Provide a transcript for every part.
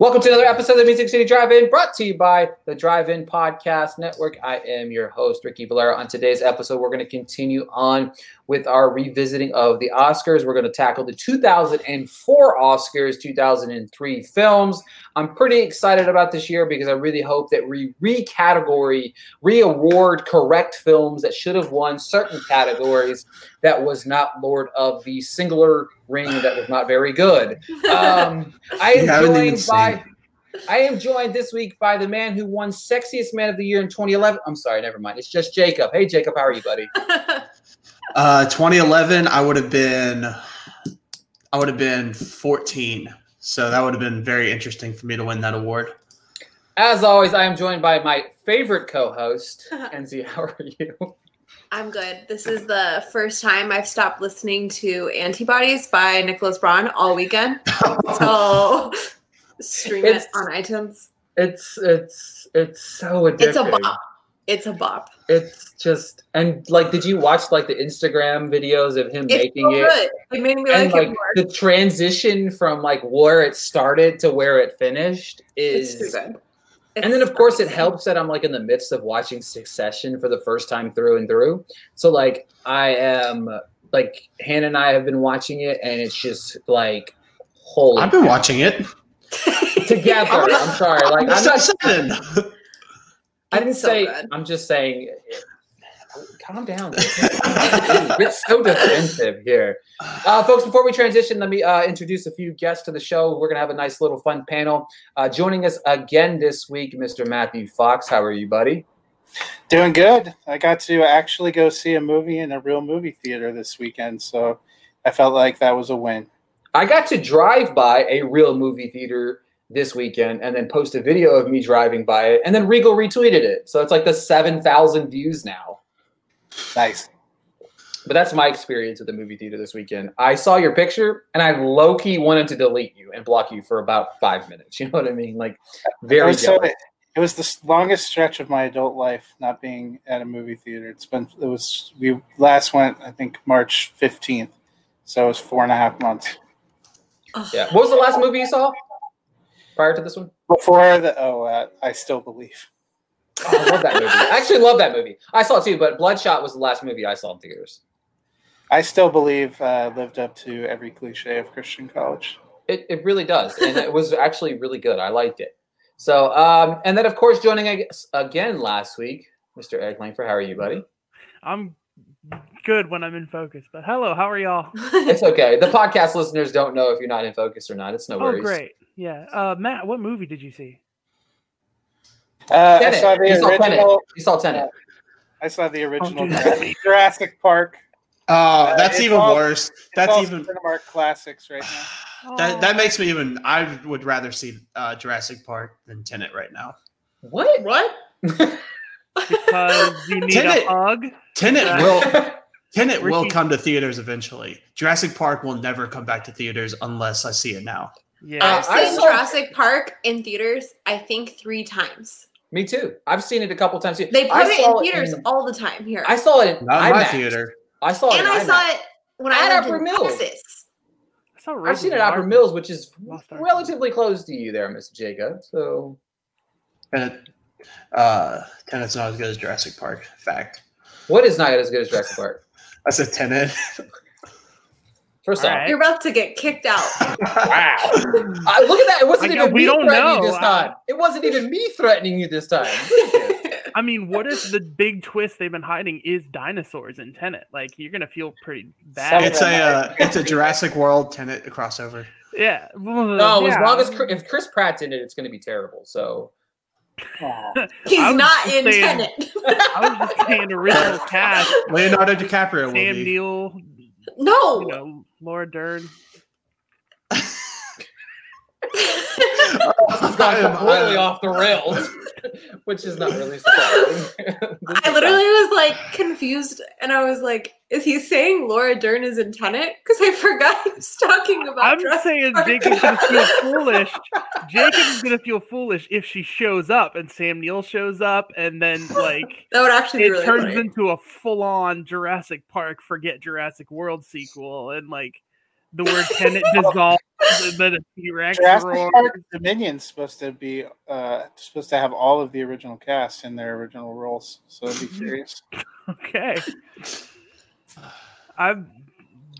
Welcome to another episode of the Music City Drive In, brought to you by the Drive In Podcast Network. I am your host, Ricky Valera. On today's episode, we're going to continue on with our revisiting of the Oscars. We're going to tackle the 2004 Oscars, 2003 films. I'm pretty excited about this year because I really hope that we recategory, reaward correct films that should have won certain categories that was not Lord of the Singular Ring that was not very good. Um, I am Yeah, I wouldn't even joined say by. it. I am joined this week by the man who won Sexiest Man of the Year in 2011. I'm sorry, never mind. It's just Jacob. Hey, Jacob, how are you, buddy? Uh, 2011, I would have been, I would have been 14. So that would have been very interesting for me to win that award. As always, I am joined by my favorite co-host, Enzi. How are you? I'm good. This is the first time I've stopped listening to Antibodies by Nicholas Braun all weekend. So stream It's- it on iTunes. It's it's it's so addicting. It's a bop. It's a bop. It's just and like, did you watch like the Instagram videos of him It's making so it? good. It made me And like, like it more. the transition from like where it started to where it finished It's is too good. and then of course it helps that I'm like in the midst of watching Succession for the first time through and through. So like I am like Hannah and I have been watching it and it's just like holy I've been watching it. together. I'm not- I'm sorry. Like I'm It's not, seven. I didn't It's so say. good. I'm just saying. Calm down. it's so defensive here, uh, folks. Before we transition, let me uh, introduce a few guests to the show. We're gonna have a nice little fun panel. Uh, joining us again this week, Mr. Matthew Fox. How are you, buddy? Doing good. I got to actually go see a movie in a real movie theater this weekend, so I felt like that was a win. I got to drive by a real movie theater this weekend and then post a video of me driving by it, and then Regal retweeted it. So it's like the seven thousand views now. Nice. But that's my experience at the movie theater this weekend. I saw your picture and I low key wanted to delete you and block you for about five minutes. You know what I mean? Like, It very was, so, jealous. it was the s- longest stretch of my adult life not being at a movie theater. It's been it was we last went I think March fifteenth, so it was four and a half months Ugh. Yeah. What was the last movie you saw prior to this one? before the. Oh, uh, I still believe. Oh, I love that movie. I actually love that movie. I saw it too, but Bloodshot was the last movie I saw in theaters. I still believe uh, lived up to every cliche of Christian college. It, it really does. And it was actually really good. I liked it. So, um, and then of course, joining us again last week, Mr. Eric Langford. How are you, buddy? I'm good when I'm in focus. But hello, how are y'all? It's okay. The podcast listeners don't know if you're not in focus or not. It's no Oh, worries. great. Yeah. Uh, Matt, what movie did you see? Uh, I Tenet. saw the You saw Tenet. original. You saw Tenet. I saw the original dude. Jurassic- Jurassic Park. Oh, that's it's even all- worse. It's That's all even. Cinemark classics right now. That, that Oh. makes me even. I would rather see uh, Jurassic Park than Tenet right now. What? What? Oh, because you need Tenet. a hug. Tenet Yeah. will. Tenet will Ricky- come to theaters eventually. Jurassic Park will never come back to theaters unless I see it now. Yeah. Uh, I've I seen saw- Jurassic Park in theaters, I think three times. Me too. I've seen it a couple times. too. They put I it saw in theaters all the time here. I saw it in Not in my IMAX. theater. I saw it. and in I saw IMAX. it when At I lived Upper in Mills. Texas. I saw I've Rose's seen it at Upper Market. Mills, which is Lost Ark. relatively close to you there, Mr. Jacob. So Tenet, uh, Tenet's not as good as Jurassic Park. Fact. what is not as good as Jurassic Park? I said Tenet. First All off, right. You're about to get kicked out. wow. I, look at that. It wasn't I even know, we me don't threatening know. you this time. It wasn't even me threatening you this time. I mean, what if the big twist they've been hiding is dinosaurs in Tenet? Like, you're gonna feel pretty bad. it's a uh, it's a Jurassic World Tenet crossover. yeah. No, as Yeah. long as Chris, if Chris Pratt's in it, it's going to be terrible. So Aw. He's I'm not just in saying- Tenet. I was just saying original cast: Leonardo DiCaprio will Sam be. Neill, Oh. No. you know, Laura Dern. This has gone completely off the rails, which is not really surprising. This I is literally was like confused and I was like, is he saying Laura Dern is in Tenet? Because I forgot he was talking about I'm dress- saying Jacob's gonna feel foolish. Jacob's gonna feel foolish if she shows up and Sam Neill shows up, and then like That would actually it be really turns funny. into a full-on Jurassic Park, forget Jurassic World sequel, and like the word tenant dissolves, and then a T-Rex Jurassic roars. Park Dominion's supposed to be uh, supposed to have all of the original cast in their original roles. So I'd be Mm-hmm. curious. Okay, I'm.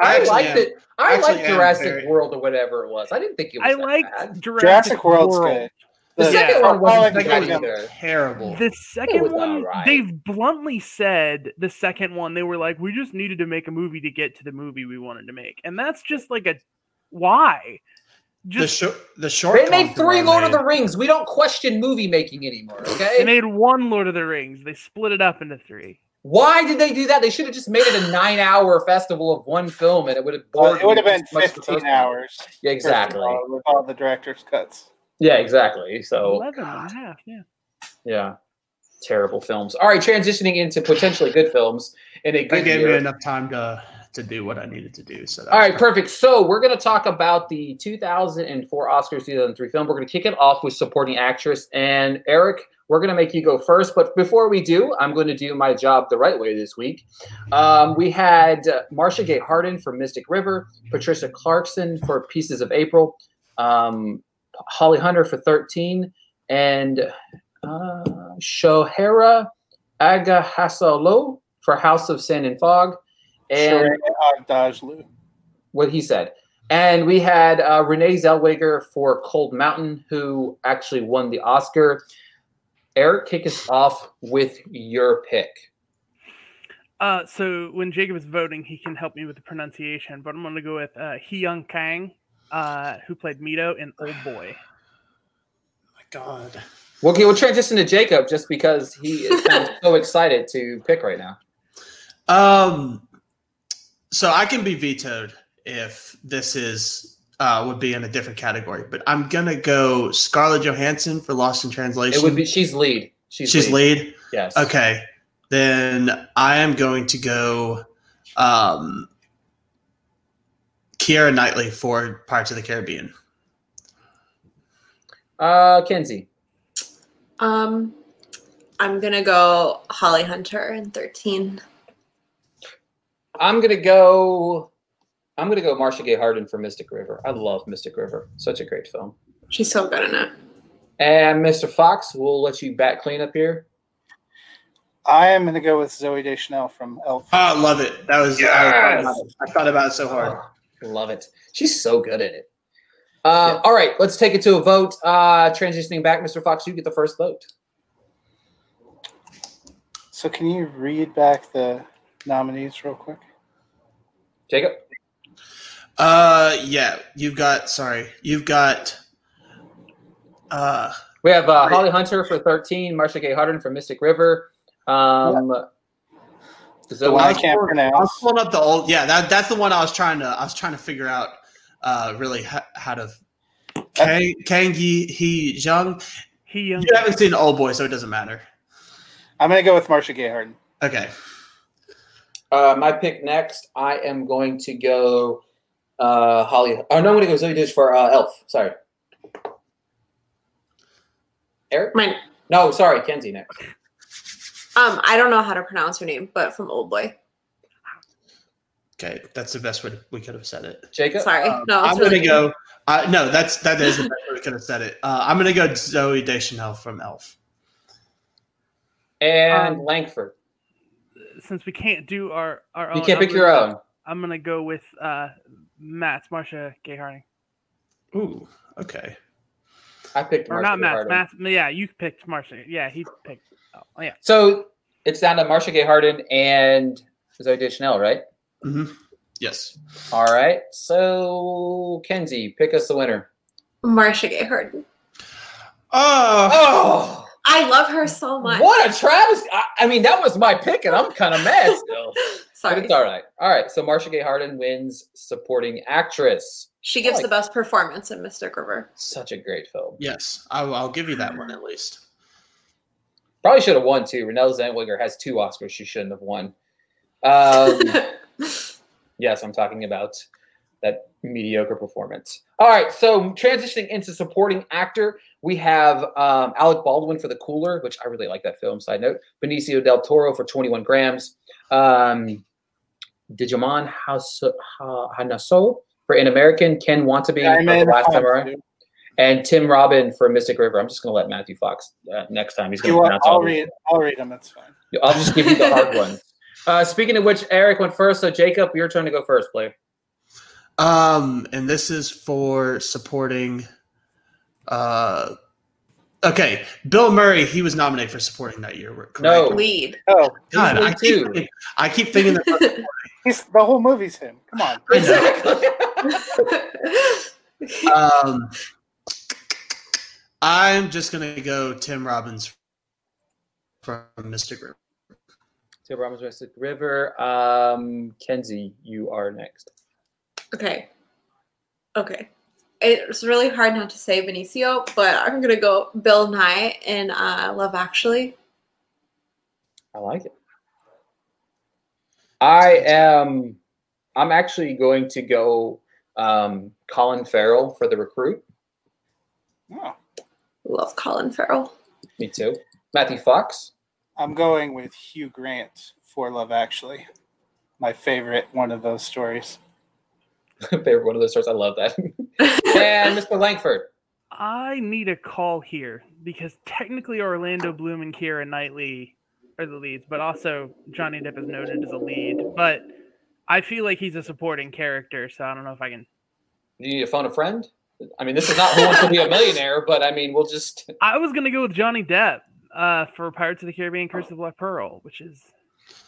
I, Actually, liked yeah. it. I Actually, liked yeah, Jurassic very- World or whatever it was. I didn't think it was I that like bad. Jurassic, Jurassic World's good. The Yeah. second one wasn't Oh, I that bad think I know. either. Terrible. The second was one, alright. they've bluntly said the second one, they were like, we just needed to make a movie to get to the movie we wanted to make. And that's just like a why? the, Just shor- the short. They made film through three I Lord of made- the Rings. We don't question movie making anymore. they Okay, made one Lord of the Rings, they split it up into three. why did they do that? They should have just made it a nine-hour festival of one film, and it would have Well, bored it would have me been as much as the first 15 one. hours. first Yeah, of exactly. all, with all the director's cuts. Yeah, exactly. So Eleven and a half, yeah. yeah, terrible films. All right, transitioning into potentially good films in a That good gave me year. enough time to to do what I needed to do. So that All was right, perfect. So we're going to talk about the 2004 Oscars 2003 film. We're going to kick it off with supporting actress. And Eric, we're going to make you go first. But before we do, I'm going to do my job the right way this week. Um, we had uh, Marcia Gay Harden for Mystic River, Patricia Clarkson for Pieces of April, um, Holly Hunter for 13, and uh, Shohera Agahasolo for House of Sand and Fog. And Sure, uh, Dodge Lou. what he said. And we had uh, Renee Zellweger for Cold Mountain, who actually won the Oscar. Eric, kick us off with your pick. Uh, so when Jacob is voting, he can help me with the pronunciation, but I'm going to go with uh, Hee Young Kang, uh, who played Mito in Old Boy. Oh my God. We'll, we'll transition to Jacob just because he is sounds so excited to pick right now. Um, so I can be vetoed if this is uh, would be in a different category, but I'm gonna go Scarlett Johansson for Lost in Translation. It would be she's lead. She's, she's, lead. Yes. Okay, then I am going to go um, Kiara Knightley for Pirates of the Caribbean. Uh, Kenzie. Um, I'm gonna go Holly Hunter in 13. I'm gonna go. I'm gonna go Marcia Gay Harden for Mystic River. I love Mystic River. Such a great film. She's so good in it. And Mr. Fox, we'll let you back clean up here. I am going to go with Zoe Deschanel from Elf. Oh, Uh, I love it. That was I, thought about it. I thought about it so hard. Oh, love it. She's so good at it. Uh, All right, let's take it to a vote. Uh, transitioning back, Mr. Fox, you get the first vote. So can you read back the nominees real quick? Jacob? Uh, yeah, you've got. Sorry, you've got. Uh, We have uh, Great. Holly Hunter for 13, Marsha Gay Harden for Mystic River. Um, The Zoe- one I last can't one. I was pronounce. pulling up the old. Yeah, that that's the one I was trying to. I was trying to figure out. Uh, really how, how to. Kang Kang Yi Hee Jung. Hee Young. You haven't seen Old Boy, so it doesn't matter. I'm going to go with Marcia Gay Harden. Okay. uh, my pick next, I am going to go uh, Holly. Oh, no, I'm going to go Zoe Dish for uh, Elf. Sorry. Eric? Mine. No, sorry, Kenzie next. Um, I don't know how to pronounce her name, but from Old Boy. Okay, that's the best way we could have said it. Jacob? Sorry, Um, no, it's I'm really gonna go. Uh, no, that's that is the best way we could have said it. Uh, I'm gonna go Zoe Deschanel from Elf. And Um, Langford. Since we can't do our our You own, can't oh, I'm pick your gonna- own. I'm gonna go with uh, Matt's Marsha Gay Harding, Ooh, okay. I picked or Marsha not Gay Matt's. Harden. Matt's. Yeah, you picked Marsha. Yeah, he picked. Oh, yeah. So it's down to Marsha Gay Harden and Zoe Deschanel, right? hmm Yes. All right. So Kenzie, pick us the winner. Marsha Gay Harden. Oh, Oh, I love her so much. what a travesty! I, I mean, that was my pick, and I'm kind of mad. Still. But Sorry. it's all right. All right. So Marsha Gay Harden wins supporting actress. She gives like- the best performance in Mystic River. Such a great film. Yes, I'll, I'll give you that one at least. Probably should have won too. Renelle Zellweger has two Oscars she shouldn't have won. Um, yes, I'm talking about that mediocre performance. All right. So transitioning into supporting actor, we have um, Alec Baldwin for The Cooler, which I really like that film. Side note: Benicio del Toro for 21 Grams. Um, Digimon Haso- Ha- Hanaso for An American. Ken Wantabe for The Diamond Last Hunt, Samurai. dude. and Tim Robin for Mystic River. I'm just gonna let Matthew Fox uh, next time. He's You gonna want- pronounce I'll all these. read. I'll read them. It's fine. I'll just give you the hard ones. Uh, speaking of which, Eric went first. So Jacob, your turn to go first, player. Um, and this is for supporting. Uh, okay, Bill Murray. He was nominated for supporting that year. correct? No. Lead. Oh, God, He's I one keep, too. thinking- I keep thinking that. he's, the whole movie's him. Come on. I know. Um, I'm just gonna go Tim Robbins from Mystic River. Tim Robbins, Mystic River. Um, Kenzie, you are next. okay. Okay. It's really hard not to say Benicio, but I'm gonna go Bill Nye in uh, Love Actually. I like it. I am. I'm actually going to go um, Colin Farrell for the recruit. No. Love Colin Farrell. Me too. Matthew Fox. I'm going with Hugh Grant for Love Actually. My favorite one of those stories. Favorite one of those stars. I love that. and Mr. Langford. I need a call here because technically Orlando Bloom and Keira Knightley are the leads, but also Johnny Depp is noted as a lead. But I feel like he's a supporting character, so I don't know if I can. Do you need to phone a friend? I mean, this is not who wants to be a millionaire, but I mean, we'll just. I was gonna go with Johnny Depp uh, for Pirates of the Caribbean: Curse of the Black Pearl, which is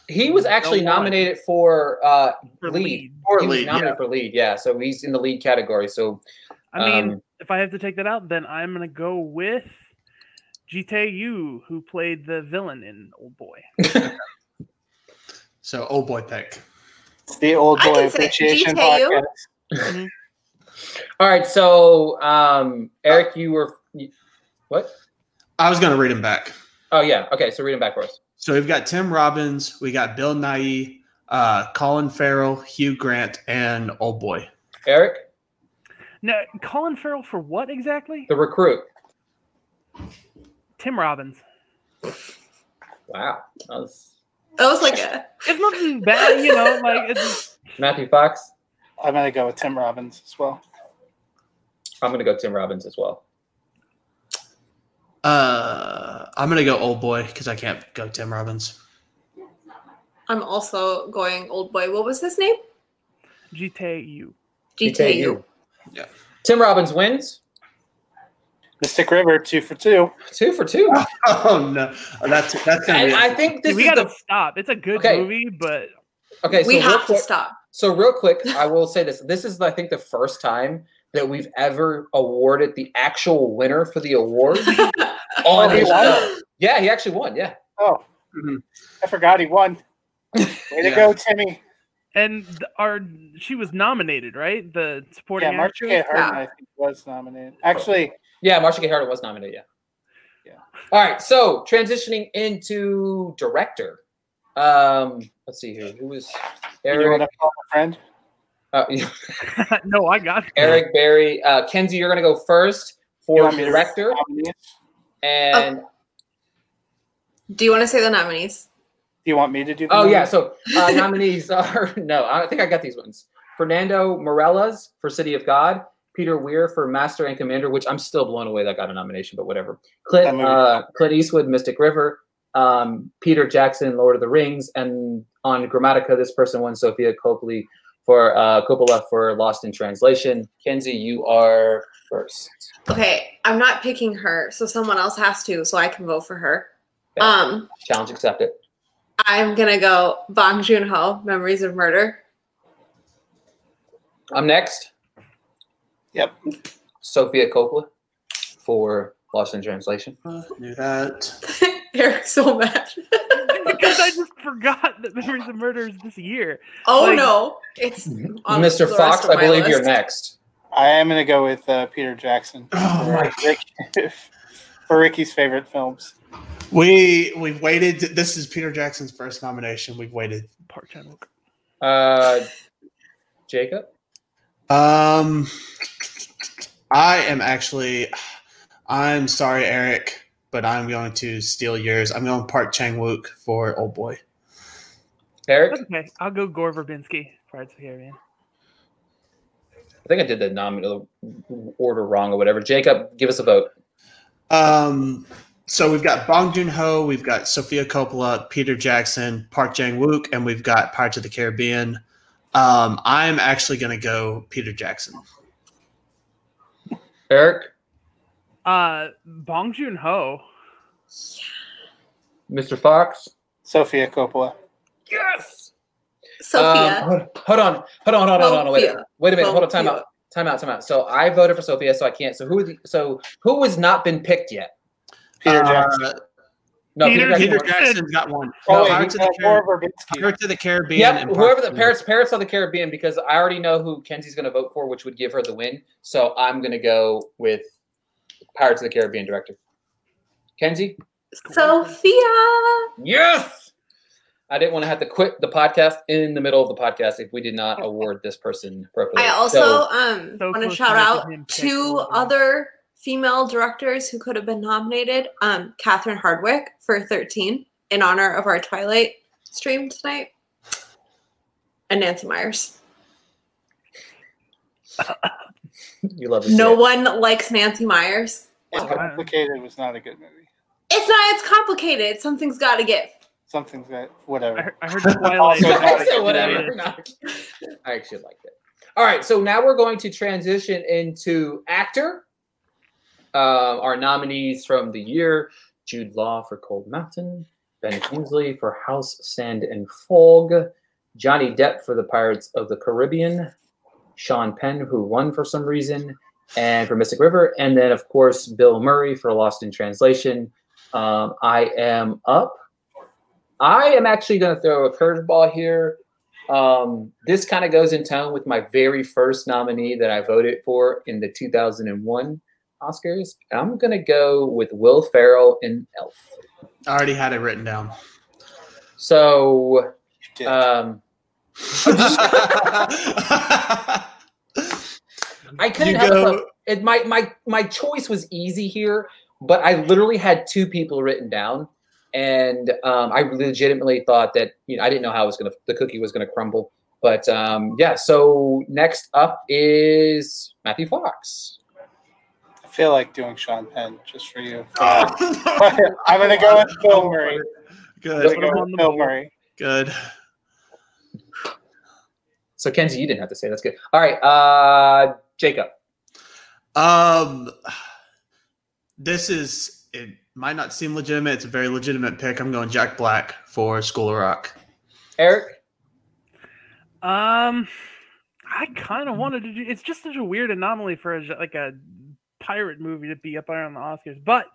He was No actually one. nominated for uh, for lead. lead. Or he was lead, yeah. nominated for lead. Yeah, so he's in the lead category. So I mean, um, if I have to take that out, then I'm gonna go with Jite Yu, who played the villain in Old Boy. So, oh boy, pick. It's the old I boy can say appreciation GTU. podcast. all right. So um, Eric, Uh, you were you- what? I was gonna read him back. Oh yeah. Okay. So read them back for us. So we've got Tim Robbins, we got Bill Nye, uh, Colin Farrell, Hugh Grant, and oh boy. Eric, Now, Colin Farrell for what exactly? the recruit. Tim Robbins. Wow. That was that was like a It's nothing bad, you know. Like it's Matthew Fox. I'm gonna go with Tim Robbins as well. I'm gonna go Tim Robbins as well. Uh, I'm gonna go old boy because I can't go Tim Robbins. I'm also going old boy. What was his name? Jite Yu. GTU. Yeah. Tim Robbins wins Mystic River, two for two. two for two. Oh no, that's that's gonna And be. I think this we is gotta the stop. It's a good Okay. movie, but okay. So we real have to quick- stop. So real quick, I will say this. This is I think the first time that we've ever awarded the actual winner for the award Oh, on he this won? show. Yeah, he actually won. Yeah. Oh, Mm-hmm. Mhm. I forgot he won. Way to Yeah. go, Timmy. and th- our she was nominated, right? The supporting Yeah, Marcia Gay actress. Harden, I think, was nominated. Actually, Yeah, Marsha Gay Harden was nominated, yeah. Yeah. All right, so transitioning into director. Um, let's see here. Who was you want Eric to call a friend? uh, no, I got it. Eric Barry. Uh Kenzie, you're gonna go first You for want me to read director. the nominees? And Do you want to say the nominees? Do you want me to do? the Oh yeah, nominees? so uh, nominees are no, I think I got these ones. Fernando Morellas for City of God, Peter Weir for Master and Commander, which I'm still blown away that got a nomination, but whatever. That Clint movie- uh, Clint Eastwood, Mystic River, um, Peter Jackson, Lord of the Rings, and on Grammatica, this person won Sophia Copley for uh, Coppola for Lost in Translation. Kenzie, you are first. Okay, I'm not picking her, so someone else has to, so I can vote for her. Okay. Um, Challenge accepted. I'm gonna go Bong Joon Ho, Memories of Murder. I'm next. Yep. Sophia Coppola for Lost in Translation. Uh, knew that. Eric's so mad. because I just forgot that Memories of Murder is this year. Oh Like- no, it's on the Mr. rest Hmm. Fox, of I my believe you're list. next. I am going to go with uh, Peter Jackson Oh for, my Rick- for Ricky's favorite films. We we've waited. This is Peter Jackson's first nomination. We've waited. Park Chan Wook. Uh, Jacob? Um, I am actually. I'm sorry, Eric, but I'm going to steal yours. I'm going Park Chang Wook for Old Boy. Eric? Okay, I'll go Gore Verbinski. Pirates of the Caribbean. I think I did the nominal order wrong or whatever. Jacob, give us a vote. Um, so we've got Bong Joon Ho, we've got Sophia Coppola, Peter Jackson, Park Chang Wook, and we've got Pirates of the Caribbean. Um, I'm actually going to go Peter Jackson. Eric? Uh, Bong Joon Ho. Mr. Fox? Sophia Coppola. Yes! Sophia. Um, hold, hold on, hold on, hold on, hold on. Wait, Sophia. wait a minute. Hold on. Time Sophia. out. Time out. Time out. So I voted for Sophia, so I can't. So who? So who has not been picked yet? Peter Uh, Jackson. No, Peter- Jackson Peter won. Jackson's got one. Oh, No, wait, Pirates he's of the got Caribbean. more Verbinski. Pirates of the Caribbean. Yep, and Park whoever the Chan-wook. Pirates, Pirates of the Caribbean, because I already know who Kenzie's going to vote for, which would give her the win. So I'm going to go with Pirates of the Caribbean director. Kenzie? Sophia. Yes! I didn't want to have to quit the podcast in the middle of the podcast if we did not award this person properly. I also So, um So want to close shout to out making him pick two Wolverine. other female directors who could have been nominated. Um, Catherine Hardwick for 13 in honor of our Twilight stream tonight, and Nancy Myers. you love to see No it. one likes Nancy Myers. It's Wow. complicated was not a good movie. It's not. It's complicated. Something's got to give. Something's that I, whatever. heard- I heard Twilight. Also, I I said said whatever. I actually liked it. All right, so now we're going to transition into actor. Um, our nominees from the year: Jude Law for Cold Mountain, Ben Kingsley for House, Sand, and Fog, Johnny Depp for The Pirates of the Caribbean, Sean Penn, who won for some reason, and for Mystic River, and then of course Bill Murray for Lost in Translation. Um, I am up. I am actually going to throw a curveball here. Um, this kind of goes in tone with my very first nominee that I voted for in the 2001 Oscars. And I'm going to go with Will Ferrell in Elf. I already had it written down. So, Dick. uh, um, I couldn't you help but- go, it my my my choice was easy here, but I literally had two people written down, and um, I legitimately thought that you know I didn't know how it was gonna the cookie was gonna crumble. But um, yeah, so next up is Matthew Fox. I feel like doing Sean Penn just for you. oh, I'm going to go with Bill Murray. I'm Good, going to go with Bill Murray. good. So Kenzie, you didn't have to say that's good. All right, uh, Jacob. Um, this is it. Might not seem legitimate. It's a very legitimate pick. I'm going Jack Black for School of Rock. Eric, Um, I kind of wanted to do. It's just such a weird anomaly for a, like a pirate movie to be up there on the Oscars. But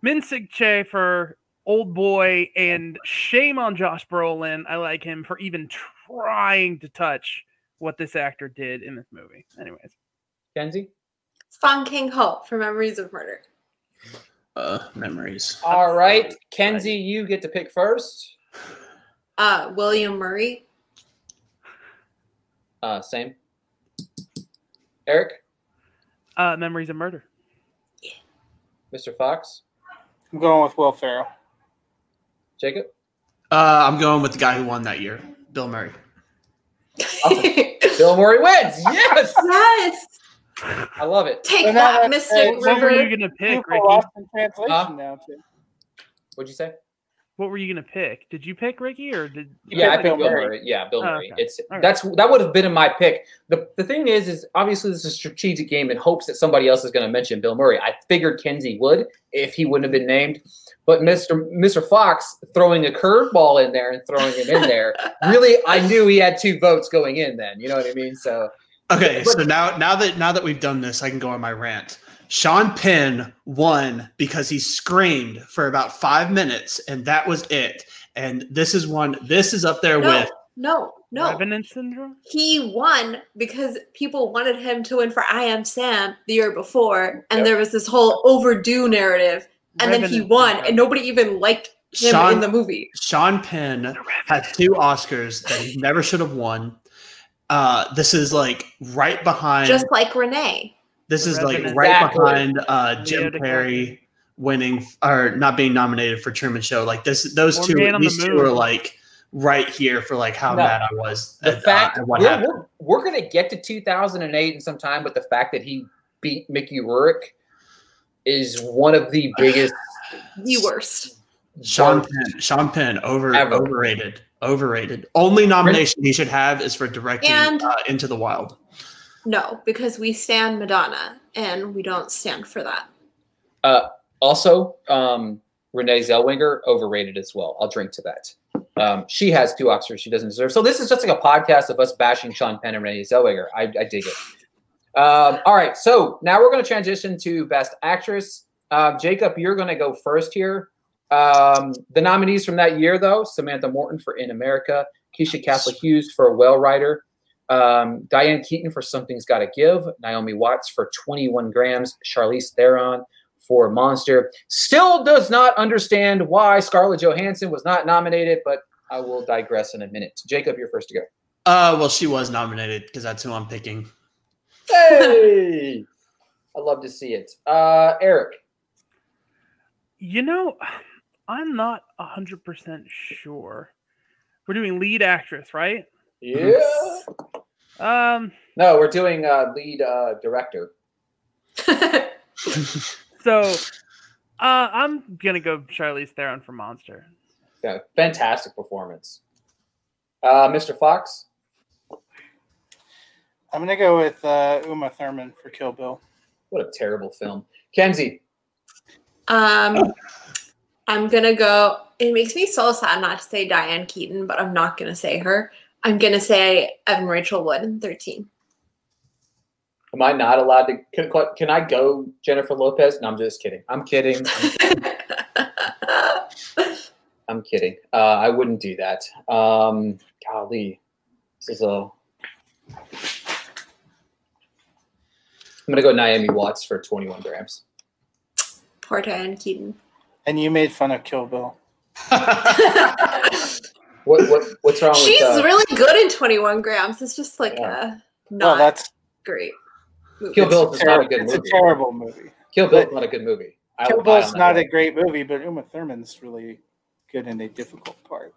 Min Sig Che for Old Boy, and shame on Josh Brolin. I like him for even trying to touch what this actor did in this movie. Anyways, Kenzie. Song King Ho for Memories of Murder. Uh, memories. All right, Kenzie, you get to pick first. Uh, William Murray. Uh, same. Eric, uh, Memories of Murder. Mr. Fox, I'm going with Will Ferrell. Jacob. Uh, I'm going with the guy who won that year, Bill Murray. Bill Murray wins. Yes, yes, I love it. take Well, now that, that- hey, Mystic what What were River. you gonna People pick, Ricky? lost in translation Huh? now, too. What'd you say? What were you gonna pick? Did you pick Ricky or did? You yeah, I picked picked Bill Bill Murray. Murray. Yeah, Bill Oh, Murray. okay. It's All right. that's that would have been in my pick. The the thing is, is obviously this is a strategic game in hopes that somebody else is going to mention Bill Murray. I figured Kenzie would if he wouldn't have been named, but Mister Mister Fox throwing a curveball in there and throwing him in there. Really, I knew he had two votes going in. Then you know what I mean. So Okay, But- so now now that now that we've done this, I can go on my rant. Sean Penn won because he screamed for about five minutes, and that was it. and this is one. This is up there No, with no, no. Revenant syndrome. He won because people wanted him to win for I Am Sam the year before, and Yep. there was this whole overdue narrative, and then he Revenant won, syndrome. and nobody even liked him in Sean. the movie. Sean Penn The Revenant. has two Oscars that he never should have won. Uh, this is like right behind. Just like Renee. this is like Revenant. right Exactly. behind uh, Leo Jim DiCaprio. Perry winning or not being nominated for Truman Show. Like this, those Or two, Man on the these two Moon. are like right here for like how No. mad I was. The at, uh, fact at what we're, happened. we're, we're going to get to 2008 in some time, but the fact that he beat Mickey Rourke is one of the biggest. The worst. Sean worst- Penn, Sean Penn, over Ever. overrated, overrated. Only nomination he should have is for directing And- uh, Into the Wild. No, because we stand Madonna, and we don't stand for that. Also, um, Renee Zellweger overrated as well. I'll drink to that. Um, she has two Oscars she doesn't deserve. So this is just like a podcast of us bashing Sean Penn and Renee Zellweger. I, I dig it. Um, all right, so now we're going to transition to Best Actress. Uh, Jacob, you're going to go first here. Um, the nominees from that year, though: Samantha Morton for In America, Keisha Castle Hughes for Well Rider, um, Diane Keaton for Something's Got to Give, Naomi Watts for 21 Grams, Charlize Theron for Monster. Still does not understand why Scarlett Johansson was not nominated, but I will digress in a minute. Jacob, you're first to go. Uh, well, she was nominated because that's who I'm picking. Hey, I love to see it. Uh, Eric, You know, I'm not 100% sure. We're doing lead actress, right? yeah. Um, No, we're doing uh, lead uh, director. so uh, I'm going to go Charlize Theron for Monster. Yeah, fantastic performance. Uh, Mr. Fox, I'm gonna go with uh, Uma Thurman for Kill Bill. what a terrible film. Kenzie, um, I'm gonna go. It makes me so sad not to say Diane Keaton, but I'm not gonna say her. I'm gonna say Evan Rachel Wood in 13. am I not allowed to? Can, can I go Jennifer Lopez? No, I'm just kidding. I'm kidding. I'm kidding. Uh, I wouldn't do that. Um, golly, this is a. I'm gonna go Naomi Watts for 21 grams. Poor Diane Keaton. And you made fun of Kill Bill. What what what's wrong She's with? Uh, really good in 21 grams. It's just like Yeah. a No, not that's great. movie. Kill Bill it's is not a terrible. good It's a movie. terrible movie. Kill Bill's not a good movie. I Kill would buy on Bill's that not one. a great movie, but Uma Thurman's really good in a difficult part.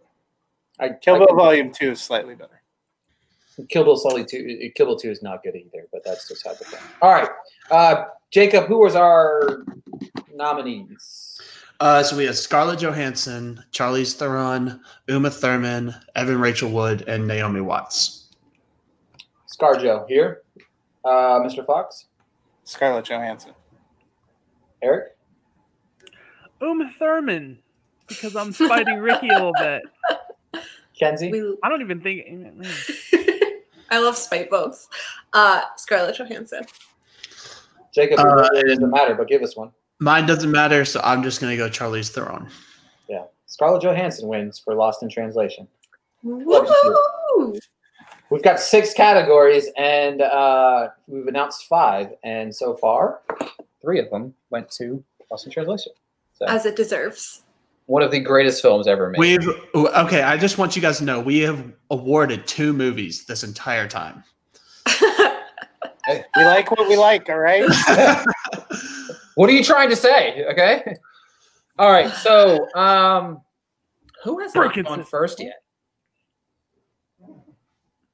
I, Kill I- Bill Volume Two is slightly better. Kill Bill Sully two. Kill Bill two is not good either, but that's just how the thing. All right, uh, Jacob, who was our nominees? Uh, so we have Scarlett Johansson, Charlize Theron, Uma Thurman, Evan Rachel Wood, and Naomi Watts. ScarJo here, uh, Mr. Fox, Scarlett Johansson. Eric. Uma Thurman, because I'm fighting Ricky a little bit. Kenzie. We, I don't even think. I love spite folks. Uh, Scarlett Johansson. Jacob, it Uh, really doesn't matter, but give us one. Mine doesn't matter, so I'm just gonna go Charlize Theron. Scarlett Johansson wins for Lost in Translation. Woo! We've got six categories, and uh, we've announced five, and so far, three of them went to Lost in Translation. So, As it deserves. one of the greatest films ever made. We've okay. I just want you guys to know we have awarded two movies this entire time. We like what we like, all right? what are you trying to say? Okay. All right. So, um, who has not Parkinson's. gone first yet?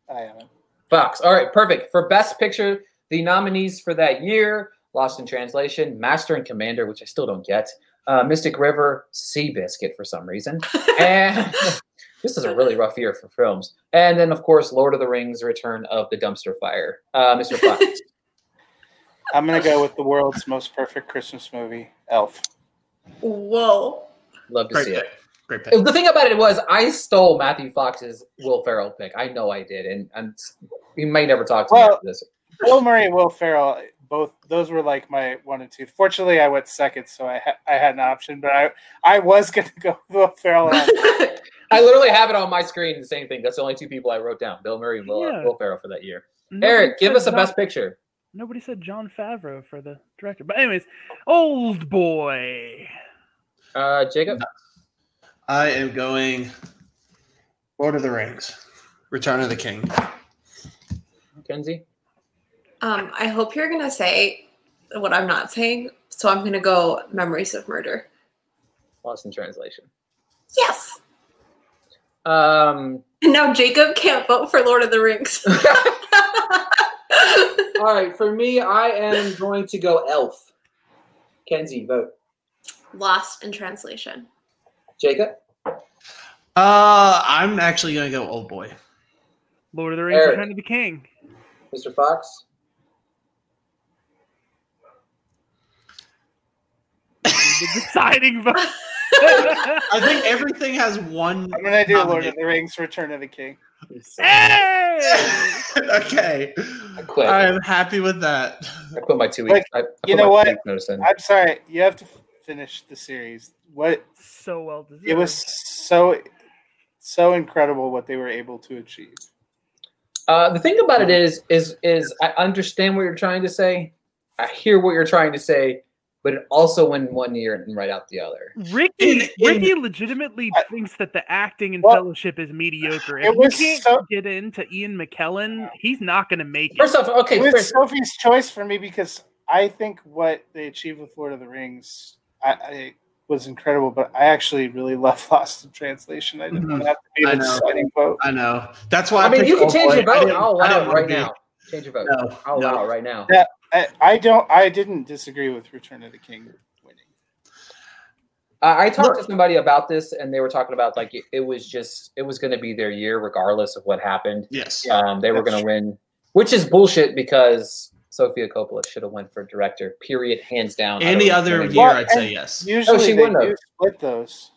I haven't. Fox. All right, perfect. For Best Picture, the nominees for that year Lost in Translation, Master and Commander, which I still don't get, uh, Mystic River, Seabiscuit for some reason. And this is a really rough year for films. And then, of course, Lord of the Rings, Return of the Dumpster Fire. Uh, Mr. Fox. I'm gonna go with the world's most perfect Christmas movie, Elf. Whoa. Love to Great see pick. it. Great pick. The thing about it was, I stole Matthew Fox's Will Ferrell pick. I know I did. And, and he may never talk to me Well, after this. Bill Murray and Will Ferrell, both those were like my one and two. Fortunately, I went second, so I ha- I had an option. But I I was gonna go with Will Ferrell. and Elf. I literally have it on my screen. The same thing. That's the only two people I wrote down: Bill Murray and Will, Yeah. Will Ferrell for that year. Nobody Eric, give said us a John- best picture. Nobody said John Favreau for the director. But anyways, Old Boy. Uh, Jacob, I am going Lord of the Rings, Return of the King. Kenzie. Um, I hope you're gonna say what I'm not saying, so I'm gonna go Memories of Murder. Lost in translation. Yes. Um, And now Jacob can't vote for Lord of the Rings. all right, for me, I am going to go Elf. Kenzie, vote. Lost in translation. Jacob, Uh, I'm actually going to go Old Boy. Lord of the Rings, Eric. Return of the King. Mr. Fox. The deciding vote. I think everything has one. I'm gonna do Lord nominee. of the Rings: Return of the King. hey! okay. I quit. I am happy with that. I quit my two Like, weeks. I, I you put know my what? two weeks notice in. I'm sorry, you have to f- finish the series. What So well deserved. it was so so incredible what they were able to achieve. Uh, the thing about it is, is, is I understand what you're trying to say. I hear what you're trying to say, but it also went one ear and right out the other. Ricky, In- in- Ricky legitimately I- thinks that the acting in Well, Fellowship is mediocre. If it was you can't so- get into Ian McKellen, he's not going to make it. First off, okay, It was first, Sophie's choice for me because I think what they achieved with Lord of the Rings, I, I was incredible. But I actually really love Lost in Translation. I didn't Mhm. want to have to be I the know. deciding vote. I know. That's why I mean, picked you can Old change Boy. your I vote. didn't- I'll allow I didn't it wanna right be- now. Change your vote. No, I'll no. allow it right now. I, I don't. I didn't disagree with Return of the King winning. Uh, I talked to somebody about this, and they were talking about like it, it was just it was going to be their year regardless of what happened. Yes. Um, they were That's going to win, which is bullshit because Sophia Coppola should have went for director. Period, hands down. I Any don't other know. year, Well, I'd say and- yes. Usually Oh, she they wouldn't do have. split those.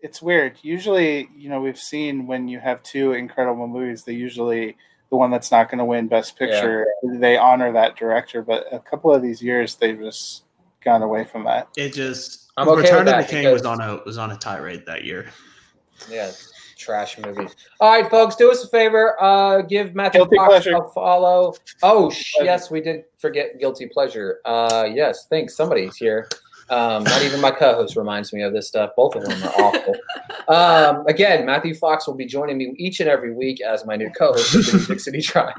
It's weird. Usually, you know, we've seen when you have two incredible movies, they usually the one that's not going to win Best Yeah. Picture, they honor that director. But a couple of these years, they've just gone away from that. It just I'm okay Return with of that the King was because- on a was on a tirade that year. Yeah, trash movie. All right, folks, do us a favor. Uh, give Matthew Guilty Fox pleasure. a follow. Oh, sh- Pleasure. yes, we did forget guilty pleasure. Uh, yes, thanks. Somebody's here. Um, not even my co-host reminds me of this stuff. Both of them are awful. Um, again, Matthew Fox will be joining me each and every week as my new co-host of the Big City Tribe.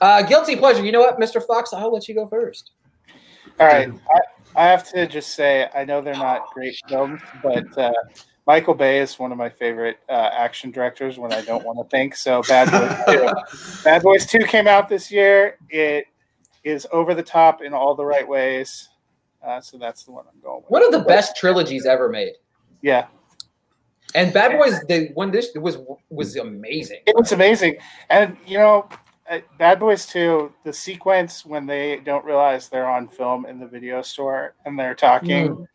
Uh, guilty pleasure. You know what, Mr. Fox? I'll let you go first. All right, I, I have to just say I know they're not great films, but uh, Michael Bay is one of my favorite uh, action directors. When I don't want to think, so Bad Boys Two. Bad Boys Two came out this year. It is over the top in all the right ways. Uh, so that's the one I'm going with. One of the best trilogies ever made. Yeah, And Bad Boys, the one this was was amazing. it was amazing, and you know, uh, Bad Boys Two, the sequence when they don't realize they're on film in the video store and they're Hmm. talking.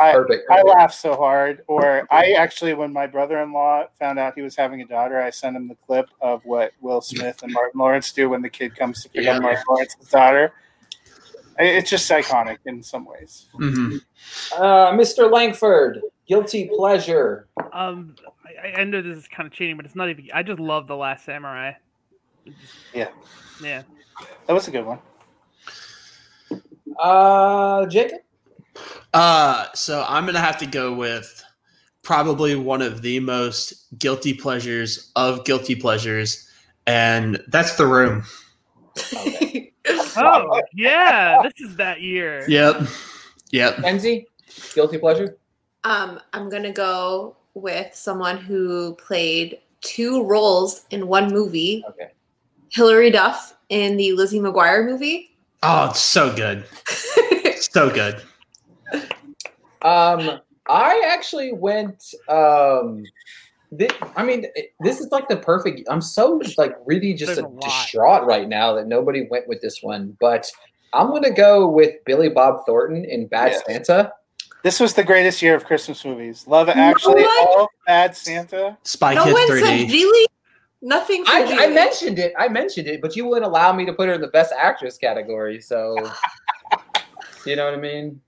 I- Perfect. I laughed so hard. Or I actually, when my brother-in-law found out he was having a daughter, I sent him the clip of what Will Smith and Martin Lawrence do when the kid comes to pick Yeah. up Martin Lawrence's daughter. I- It's just iconic in some ways. Mhm. Uh, Mr. Langford, guilty pleasure. Um, I, I- I know this is kind of cheating, but it's not even. I just love the Last Samurai. Yeah. yeah. That was a good one. Uh, Jacob. Uh, so I'm gonna have to go with probably one of the most guilty pleasures of guilty pleasures, and that's the room. Oh yeah, this is that year. Yep. Yep. Kenzie, guilty pleasure. um, I'm gonna go with someone who played two roles in one movie. Okay. Hilary Duff in the Lizzie McGuire movie. Oh, it's so good. So good. Um, I actually went. Um, thi- I mean, it- this is like the perfect. I'm so like really just There's a a lot. distraught right now that nobody went with this one, but. I'm gonna go with Billy Bob Thornton in Bad Yes. Santa. This was the greatest year of Christmas movies. Love Actually, one- all Bad Santa. Spy no Kids one 3D. said Geely. Nothing. said I, I Geely. mentioned it. I mentioned it, but you wouldn't allow me to put her in the Best Actress category. So, you know what I mean?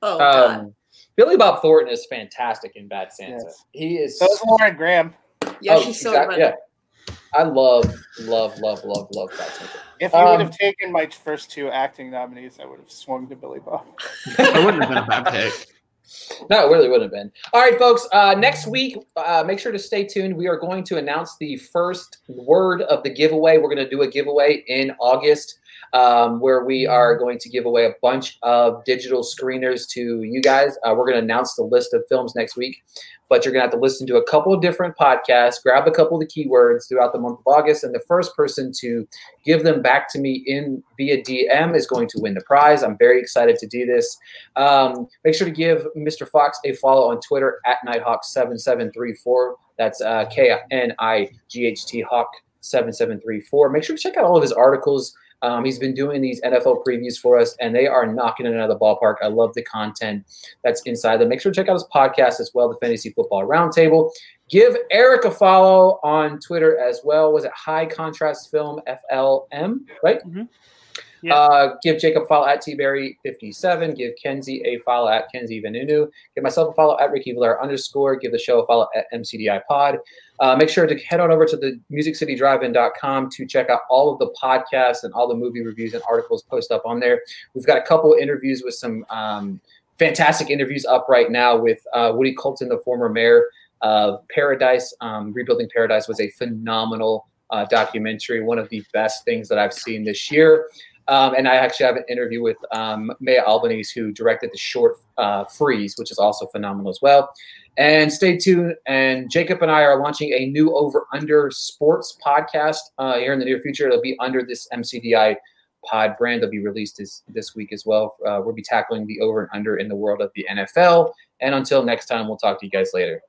Oh God. um, Billy Bob Thornton is fantastic in Bad Santa. Yes. He is So is Lauren Graham. Yeah, oh, she's so exact- exactly, yeah. I love, love, love, love, love Bad Santa. If you Um, would have taken my first two acting nominees, I would have swung to Billy Bob. That wouldn't have been a bad pick. No, it really would have been. All right, folks. Uh, next week, uh, make sure to stay tuned. We are going to announce the first word of the giveaway. We're going to do a giveaway in August um, where we are going to give away a bunch of digital screeners to you guys. Uh, we're going to announce the list of films next week, but you're going to have to listen to a couple of different podcasts, grab a couple of the keywords throughout the month of August, and the first person to give them back to me in via DM is going to win the prize. I'm very excited to do this. Um, make sure to give Mr. Fox a follow on Twitter at Nighthawk7734. That's uh, K N I G H T Hawk7734. Make sure to check out all of his articles. Um, he's been doing these NFL previews for us, and they are knocking it out of the ballpark. I love the content that's inside them. Make sure to check out his podcast as well, the Fantasy Football Roundtable. Give Eric a follow on Twitter as well. Was it High Contrast Film FLM? Right? Yeah. Uh, give Jacob a follow at tberry57. Give Kenzie a follow at Kenzie Vanunu. Give myself a follow at Ricky Valer underscore. Give the show a follow at MCDI pod. Uh, make sure to head on over to the musiccitydrivein.com to check out all of the podcasts and all the movie reviews and articles posted up on there. We've got a couple interviews with some um, fantastic interviews up right now with uh, Woody Colton, the former mayor of Paradise. Um, Rebuilding Paradise was a phenomenal uh, documentary, one of the best things that I've seen this year. Um, and I actually have an interview with um, Maya Albanese, who directed the short uh, Freeze, which is also phenomenal as well. And stay tuned. And Jacob and I are launching a new over under sports podcast uh, here in the near future. It'll be under this MCDI pod brand. It'll be released this, this week as well. Uh, we'll be tackling the over and under in the world of the NFL. And until next time, we'll talk to you guys later.